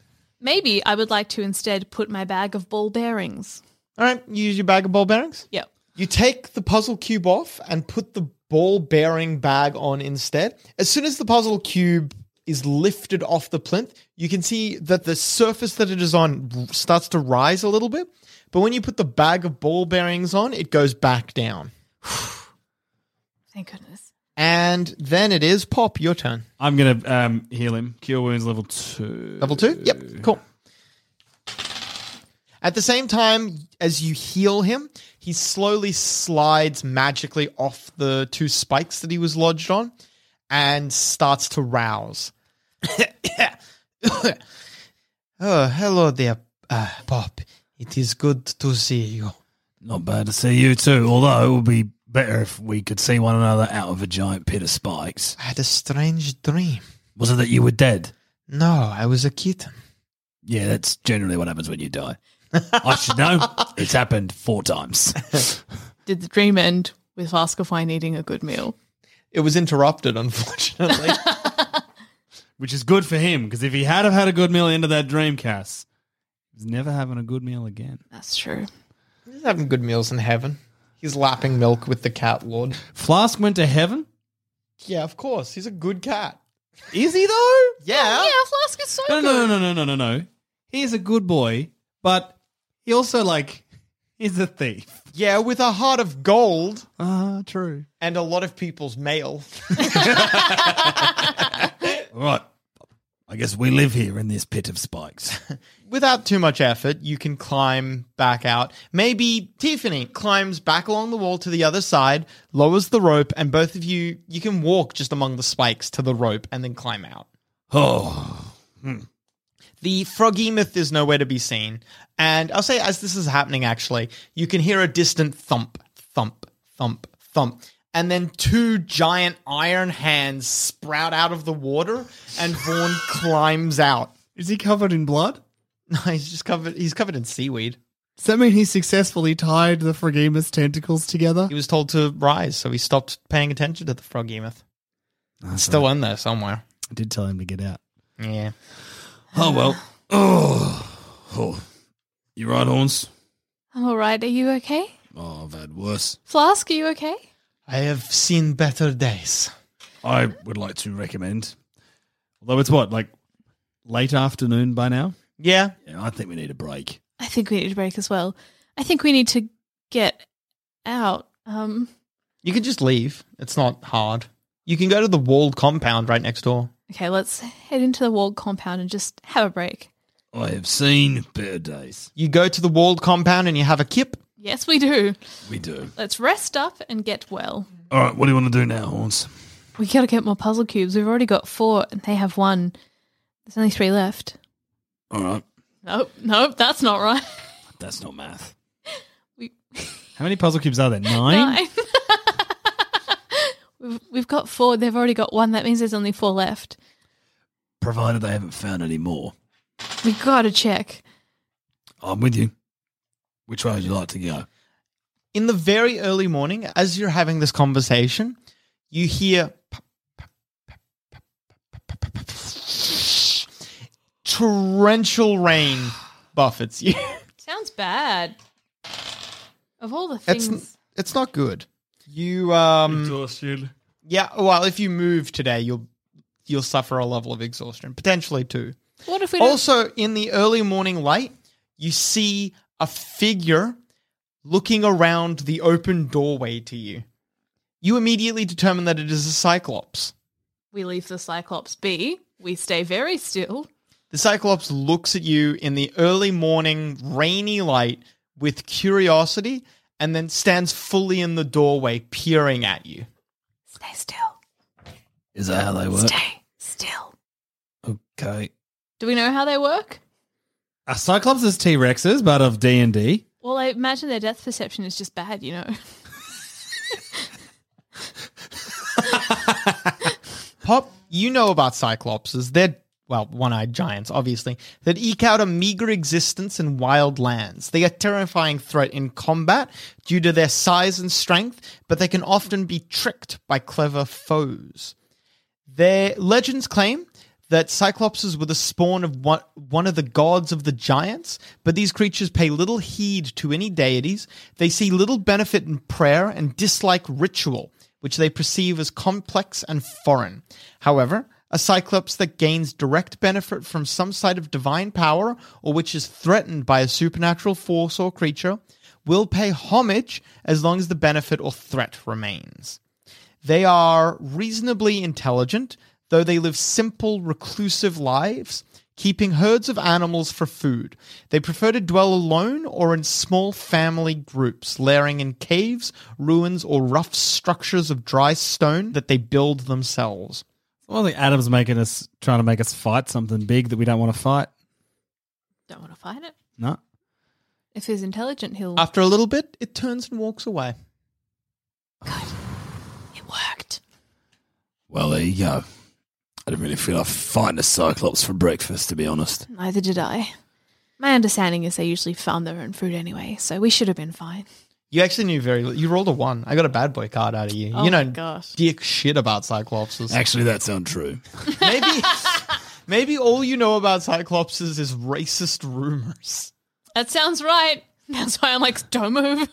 E: Maybe I would like to instead put my bag of ball bearings.
G: All right, you use your bag of ball bearings?
E: Yep.
G: You take the puzzle cube off and put the ball bearing bag on instead. As soon as the puzzle cube is lifted off the plinth, you can see that the surface that it is on r- starts to rise a little bit. But when you put the bag of ball bearings on, it goes back down.
E: Thank goodness.
G: And then it is Pop, your turn.
J: I'm going to um, heal him. Cure wounds level two.
G: Level two? Yep, cool. At the same time as you heal him, he slowly slides magically off the two spikes that he was lodged on and starts to rouse. oh, hello there, uh, Pop. It is good to see you.
F: Not bad to see you too, although it would be better if we could see one another out of a giant pit of spikes.
G: I had a strange dream.
F: Was it that you were dead?
G: No, I was a kitten.
F: Yeah, that's generally what happens when you die. I should know. It's happened four times.
E: Did the dream end with Flask of Wine eating a good meal?
G: It was interrupted, unfortunately.
J: Which is good for him, because if he had have had a good meal into that dream, Cass, he's never having a good meal again.
E: That's true.
G: He's having good meals in heaven. He's lapping milk with the cat lord.
J: Flask went to heaven?
G: Yeah, of course. He's a good cat.
J: Is he though?
G: Yeah.
E: Oh, Flask is so
J: No, no, no, no, no, no, no, no. He's a good boy, but he also like is a thief.
G: Yeah, with a heart of gold
J: Ah, true.
G: and a lot of people's mail.
J: All right,
F: I guess we live here in this pit of spikes.
G: Without too much effort, you can climb back out. Maybe Tiffany climbs back along the wall to the other side, lowers the rope, and both of you you can walk just among the spikes to the rope and then climb out.
F: Oh.
G: Hmm. The froggy myth is nowhere to be seen. And I'll say, as this is happening, actually, you can hear a distant thump, thump, thump, thump. And then two giant iron hands sprout out of the water, and Vaughn climbs out.
J: Is he covered in blood?
G: No, he's just covered. He's covered in seaweed.
J: Does that mean he successfully tied the Phrygimus tentacles together?
G: He was told to rise, so he stopped paying attention to the froggy myth. It's still in there somewhere.
F: I did tell him to get out.
G: Oh, Yeah.
F: Oh, well. Oh. oh. You right, Horns?
E: I'm all right. Are you okay?
F: Oh, I've had worse.
E: Flask, are you okay?
G: I have seen better days.
F: I would like to recommend. Although it's what, like late afternoon by now?
G: Yeah.
F: Yeah, I think we need a break.
E: I think we need a break as well. I think we need to get out. Um,
G: You can just leave. It's not hard. You can go to the walled compound right next door.
E: okay, let's head into the walled compound and just have a break.
F: I have seen better days.
G: You go to the walled compound and you have a kip.
E: Yes, we do.
F: We do.
E: Let's rest up and get well.
F: All right, what do you want to do now, Horns?
E: We gotta get more puzzle cubes. We've already got four, and they have one. There's only three left.
F: All right.
E: Nope, nope, that's not right.
F: That's not math.
J: How many puzzle cubes are there? Nine?
E: Nine. we've, we've got four. They've already got one. That means there's only four left.
F: Provided they haven't found any more.
E: We gotta check.
F: I'm with you. Which way would you like to go?
G: In the very early morning, as you're having this conversation, you hear torrential rain buffets you.
E: Sounds bad. Of all the
G: It's
E: things,
G: it's not good. You um
J: Exhaustion.
G: yeah. Well, if you move today, you'll you'll suffer a level of exhaustion, potentially two.
E: what if we don't-
G: Also, in the early morning light, you see a figure looking around the open doorway to you. You immediately determine that it is a cyclops.
E: we leave the Cyclops be? We stay very still.
G: The Cyclops looks at you in the early morning, rainy light with curiosity and then stands fully in the doorway, peering at you.
E: Stay still.
F: Is that how they work?
E: Stay still.
F: Okay.
E: Do we know how they work?
J: Are Uh, Cyclops as T Rexes, but of D and D?
E: Well, I imagine their depth perception is just bad, you know.
G: Pop, you know about Cyclopses. They're, well, one eyed giants, obviously, that eke out a meager existence in wild lands. They are terrifying threat in combat due to their size and strength, but they can often be tricked by clever foes. Their legends claim that Cyclopses were the spawn of one, one of the gods of the giants, but these creatures pay little heed to any deities. They see little benefit in prayer and dislike ritual, which they perceive as complex and foreign. However, a Cyclops that gains direct benefit from some side of divine power or which is threatened by a supernatural force or creature will pay homage as long as the benefit or threat remains. They are reasonably intelligent, though they live simple, reclusive lives, keeping herds of animals for food. They prefer to dwell alone or in small family groups, lairing in caves, ruins, or rough structures of dry stone that they build themselves.
J: Well, I think Adam's making us trying to make us fight something big that we don't want to fight.
E: Don't want to fight it.
J: No.
E: If he's intelligent, he'll.
G: After a little bit, it turns and walks away.
E: it worked.
F: Well, there you go. I didn't really feel like fighting a Cyclops for breakfast, to be honest.
E: Neither did I. My understanding is they usually farm their own fruit anyway, so we should have been fine.
G: You actually knew very little. You rolled a one. I got a bad boy card out of you.
E: Oh
G: you know,
E: my gosh.
G: dick shit about Cyclopses.
F: Actually, that's untrue.
G: maybe, maybe all you know about Cyclopses is racist rumors.
E: That sounds right. That's why I'm like, don't move.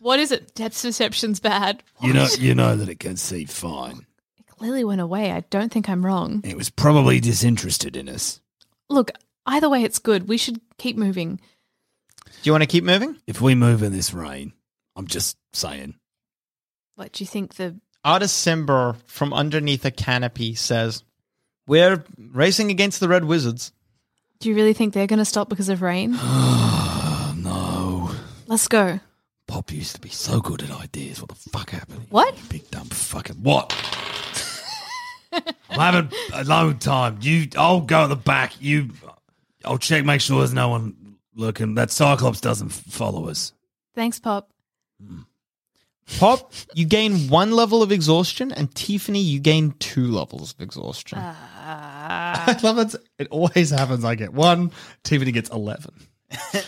E: What is it? Depth perception's bad.
F: You know, you know that it can see fine.
E: Lily went away. I don't think I'm wrong.
F: It was probably disinterested in us.
E: Look, either way, it's good. We should keep moving.
G: Do you want to keep moving?
F: If we move in this rain, I'm just saying.
E: What do you think the
G: Artis Simber from underneath a canopy says, We're racing against the Red Wizards.
E: Do you really think they're going to stop because of rain?
F: No.
E: Let's go.
F: Pop used to be so good at ideas. What the fuck happened?
E: What?
F: Big dumb fucking what? I'm having a long time. You, I'll go at the back. You, I'll check, make sure there's no one looking. That Cyclops doesn't follow us.
E: Thanks, Pop.
G: Pop, you gain one level of exhaustion, and Tiffany, you gain two levels of exhaustion.
E: Uh.
J: I love it. It always happens. I get one. Tiffany gets eleven.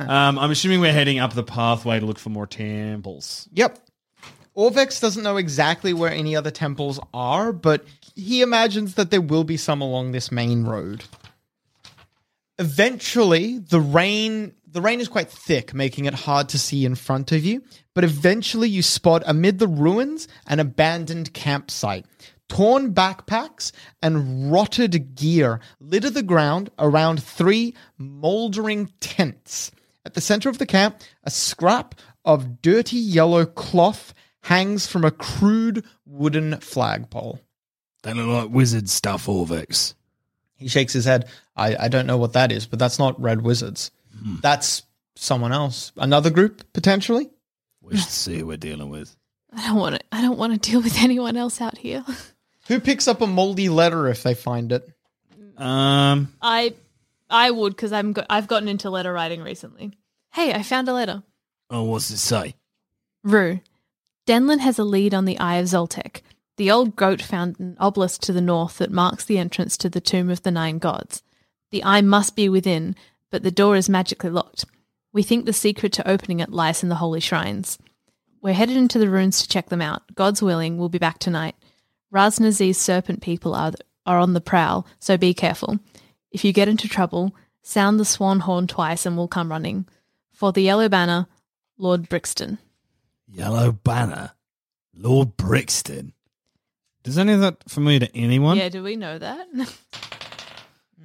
J: um, I'm assuming we're heading up the pathway to look for more temples.
G: Yep. Orvex doesn't know exactly where any other temples are, but he imagines that there will be some along this main road. Eventually, the rain the rain is quite thick, making it hard to see in front of you, but eventually you spot amid the ruins an abandoned campsite. Torn backpacks and rotted gear litter the ground around three moldering tents. At the center of the camp, a scrap of dirty yellow cloth hangs from a crude wooden flagpole.
F: They look like wizard stuff, Orvex.
G: He shakes his head. I, I don't know what that is, but that's not Red Wizards. That's someone else. Another group, potentially?
F: We should see who we're dealing with.
E: I don't want to. I don't want to deal with anyone else out here.
G: Who picks up a moldy letter if they find it?
J: Um,
L: I I would because I'm go- I've gotten into letter writing recently.
E: Hey, I found a letter.
F: Oh, what's it say?
E: Rue, Denlin has a lead on the Eye of Zoltec. The old goat found an obelisk to the north that marks the entrance to the tomb of the nine gods. The eye must be within, but the door is magically locked. We think the secret to opening it lies in the holy shrines. We're headed into the ruins to check them out. God's willing, we'll be back tonight. Raznazi's serpent people are, are on the prowl, so be careful. If you get into trouble, sound the swan horn twice and we'll come running. For the yellow banner, Lord Brixton.
F: Yellow banner, Lord Brixton.
J: Does any of that familiar to anyone?
L: Yeah, do we know that?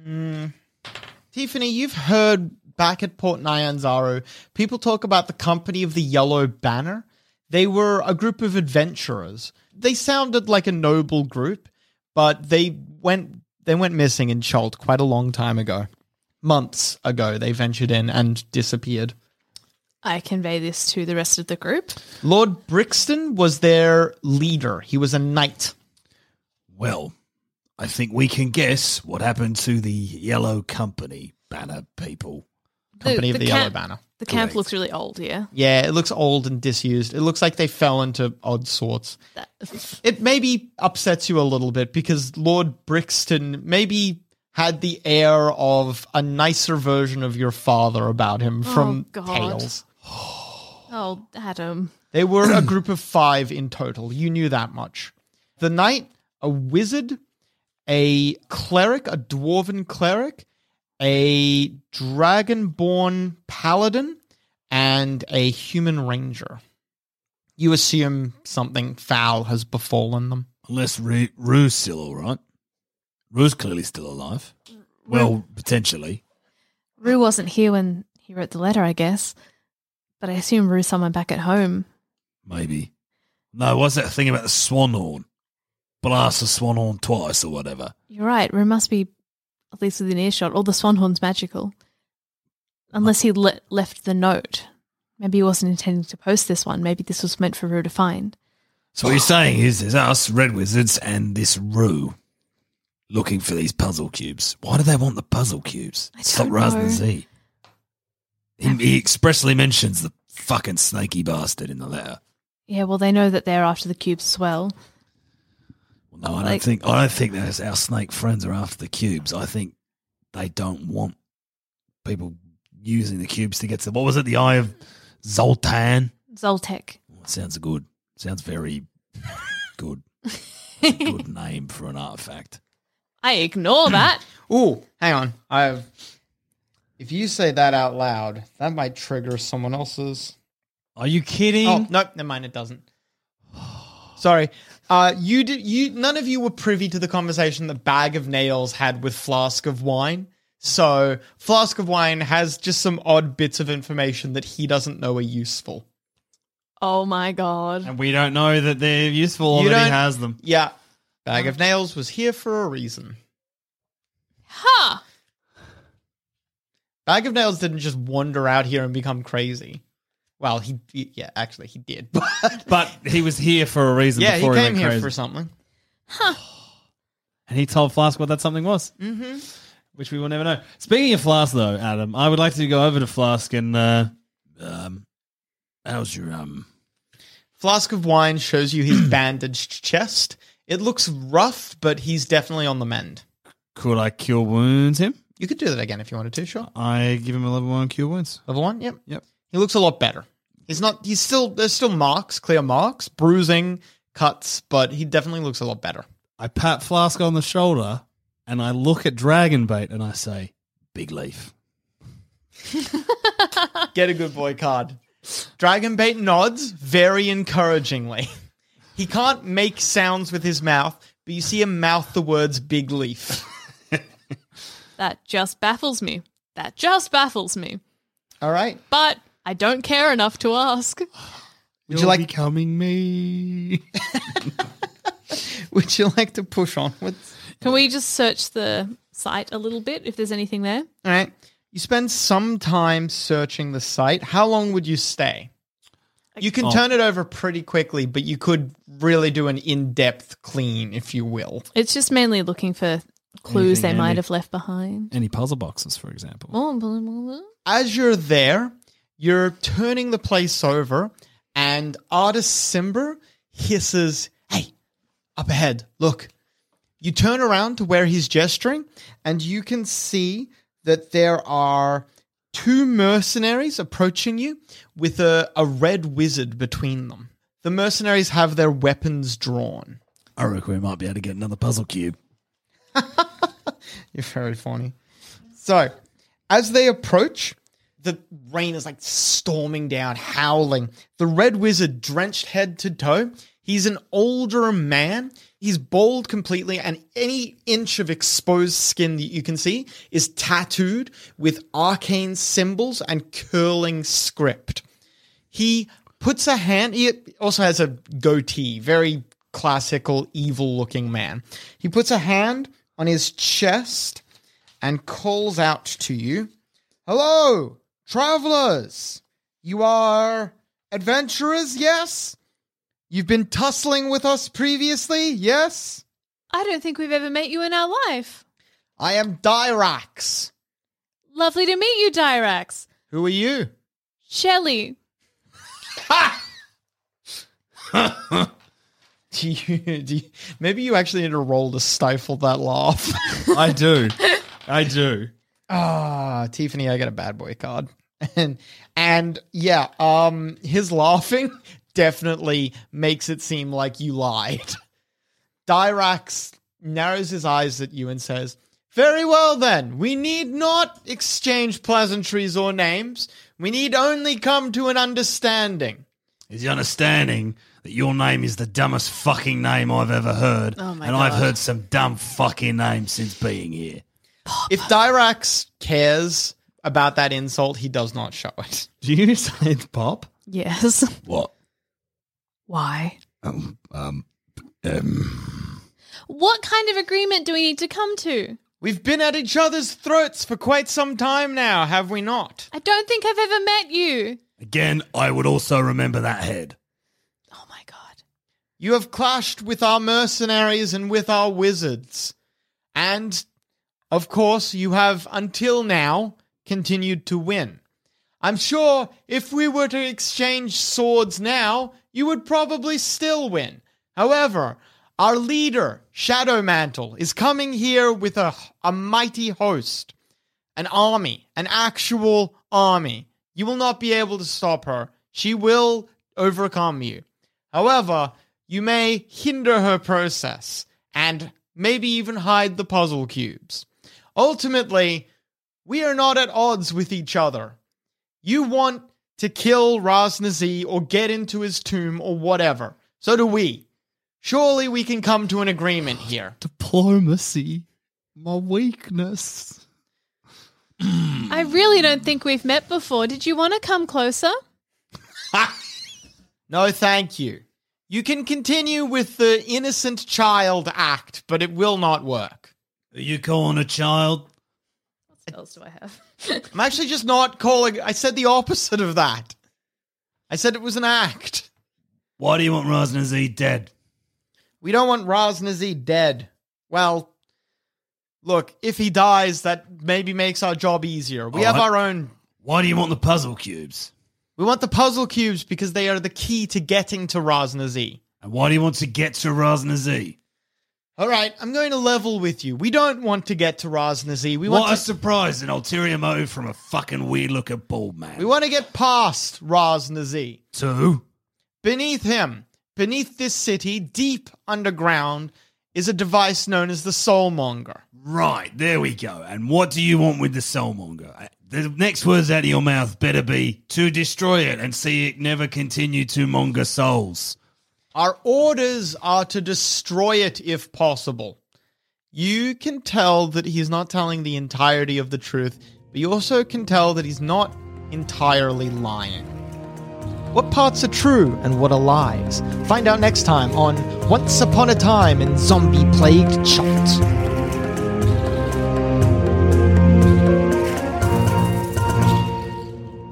G: Mm. Tiffany, you've heard back at Port Nyanzaru, people talk about the company of the Yellow Banner. They were a group of adventurers. They sounded like a noble group, but they went they went missing in Chult quite a long time ago. Months ago, they ventured in and disappeared.
E: I convey this to the rest of the group.
G: Lord Brixton was their leader. He was a knight.
F: Well, I think we can guess what happened to the Yellow Company banner people.
L: camp- The camp looks really old, yeah.
G: Yeah, it looks old and disused. It looks like they fell into odd sorts. It maybe upsets you a little bit because Lord Brixton maybe had the air of a nicer version of your father about him from
E: Oh, God.
G: Tales.
E: Oh, Adam.
G: They were a group of five in total. You knew that much. The knight, a wizard, a cleric, a dwarven cleric, a dragonborn paladin, and a human ranger. You assume something foul has befallen them.
F: Unless Ru- Rue's still all right. Rue's clearly still alive. Well, potentially.
E: Rue wasn't here when he wrote the letter, I guess. But I assume Rue's someone back at home.
F: Maybe. No, what's that thing about the swan horn? Blast the swan horn twice or whatever.
E: You're right. Rue must be at least within earshot. Or the Swanhorn's magical. Unless he le- left the note. Maybe he wasn't intending to post this one. Maybe this was meant for Rue to find.
F: So what you're saying is there's us, Red Wizards, and this Rue looking for these puzzle cubes. Why do they want the puzzle cubes? It's not
E: don't know.
F: Razna Z. He, he expressly mentions the fucking snaky bastard in the letter.
E: Yeah, well, they know that they're after the cubes as well.
F: No, I don't
E: Like-
F: think I don't think that's our snake friends are after the cubes. I think they don't want people using the cubes to get to what was it? The Eye of Zoltan. Oh,
E: Zoltec.
F: Sounds good. Sounds very good. It's a good name for an artifact.
L: I ignore that.
G: Ooh, hang on. I have. If you say that out loud, that might trigger someone else's.
J: Are you kidding?
G: Oh no, never mind. It doesn't. Sorry. Uh, you did. You none of you were privy to the conversation that Bag of Nails had with Flask of Wine. So Flask of Wine has just some odd bits of information that he doesn't know are useful.
L: Oh my god.
J: We don't know that they're useful or
G: You
J: that he
G: don't-
J: has them.
G: Yeah. Bag of Nails was here for a reason.
E: Huh.
G: Bag of Nails didn't just wander out here and become crazy. Well, he, he- yeah, actually he did. But
J: But he was here for a reason.
G: yeah, he
J: before
G: came
J: went
G: here
J: crazy.
G: for something.
J: And he told Flask what that something was,
G: Mm-hmm.
J: which we will never know. Speaking of Flask, though, Adam, I would like to go over to Flask and uh, um, how's your um?
G: Flask of wine shows you his bandaged chest. It looks rough, but he's definitely on the mend.
J: Could I cure wounds him?
G: You could do that again if you wanted to, sure.
J: I give him a level one cure wounds.
G: Level one, yep.
J: Yep.
G: He looks a lot better. He's not he's still there's still marks, clear marks, bruising, cuts, but he definitely looks a lot better.
J: I pat Flask on the shoulder and I look at Dragonbait and I say, "Big leaf."
G: Get a good boy card. Dragonbait nods very encouragingly. He can't make sounds with his mouth, but you see him mouth the words big leaf.
E: That just baffles me. That just baffles me.
G: All right.
E: But I don't care enough to ask.
G: Would you like
J: becoming me?
G: Would you like to push onwards?
E: Can we just search the site a little bit if there's anything there?
G: All right. You spend some time searching the site. How long would you stay? You can
J: Oh.
G: turn it over pretty quickly, but you could really do an in depth clean if you will.
E: It's just mainly looking for clues
G: Anything
E: they might
G: handy.
E: have left behind.
J: Any puzzle boxes, for example?
E: Oh, blah, blah, blah.
G: As you're there, you're turning the place over, and Artist Simber hisses, Hey, up ahead, look. You turn around to where he's gesturing, and you can see that there are two mercenaries approaching you with a, a red wizard between them. The mercenaries have their weapons drawn.
F: I reckon we might be able to get another puzzle cube.
G: You're very funny. So, as they approach, the rain is like storming down, howling. The red wizard drenched head to toe. He's an older man. He's bald completely, and any inch of exposed skin that you can see is tattooed with arcane symbols and curling script. He puts a hand, he also has a goatee, very classical, evil looking man. He puts a hand on his chest and calls out to you Hello, travelers! You are adventurers, yes? You've been tussling with us previously, yes?
E: I don't think we've ever met you in our life.
G: I am Dyrax.
E: Lovely to meet you, Dyrax.
G: Who are you?
E: Shelley.
G: Do you, do you- maybe you actually need to roll to stifle that laugh.
J: I do. I do.
G: Ah, Tiffany, I got a bad boy card. And and yeah, um his laughing definitely makes it seem like you lied. Dyrax narrows his eyes at you and says, Very well then, we need not exchange pleasantries or names. We need only come to an understanding.
F: Is the understanding that your name is the dumbest fucking name I've ever heard,
G: Oh my
F: and I've
G: God.
F: heard some dumb fucking names since being here.
G: If Dyrax cares about that insult, he does not show it.
J: Do you say it's pop?
E: Yes.
F: What?
E: Why?
F: Um, um, um.
E: What kind of agreement do we need to come to?
G: We've been at each other's throats for quite some time now, have we not?
E: I don't think I've ever met you.
F: Again, I would also remember that head.
G: You have clashed with our mercenaries and with our wizards. And, of course, you have until now continued to win. I'm sure if we were to exchange swords now, you would probably still win. However, our leader, Shadow Mantle, is coming here with a, a mighty host, an army, an actual army. You will not be able to stop her. She will overcome you. However, you may hinder her process and maybe even hide the puzzle cubes. Ultimately, we are not at odds with each other. You want to kill Rasnazi or get into his tomb or whatever. So do we. Surely we can come to an agreement here.
J: Diplomacy, my weakness.
E: I really don't think we've met before. Did you want to come closer?
G: No, thank you. You can continue with the innocent child act, but it will not work.
F: Are you calling a child?
M: What spells do I have?
G: I'm actually just not calling. I said the opposite of that. I said it was an act.
F: Why do you want Raznazi dead?
G: We don't want Raznazi dead. Well, look, if he dies, that maybe makes our job easier. We
F: Oh,
G: have
F: I-
G: our own.
F: Why do you want the puzzle cubes?
G: We want the puzzle cubes because they are the key to getting to Raznazi.
F: And why do you want to get to Raznazi?
G: All right, I'm going to level with you. We don't want to get to Raznazi. We
F: what
G: want
F: a
G: to,
F: surprise! An ulterior motive from a fucking weird-looking bald man.
G: we want to get past Raznazi.
F: Two.
G: Beneath him, beneath this city, deep underground, is a device known as the Soulmonger.
F: Right, there we go. And what do you want with the soulmonger? I- The next words out of your mouth better be to destroy it and see it never continue to monger souls.
G: Our orders are to destroy it if possible. You can tell that he's not telling the entirety of the truth, but you also can tell that he's not entirely lying. What parts are true and what are lies? Find out next time on Once Upon a Time in Zombie Plagued Chult.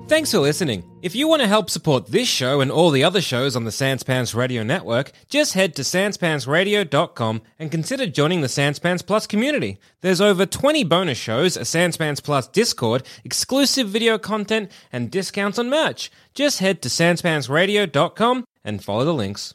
N: Thanks for listening. If you want to help support this show and all the other shows on the Sanspants Radio Network, just head to sanspantsradio.com and consider joining the Sanspants Plus community. There's over 20 bonus shows, a Sanspants Plus Discord, exclusive video content, and discounts on merch. Just head to sanspantsradio.com and follow the links.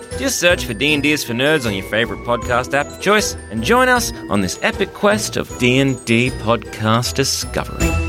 N: Just search for D&D is for Nerds on your favorite podcast app of choice and join us on this epic quest of D&D podcast discovery.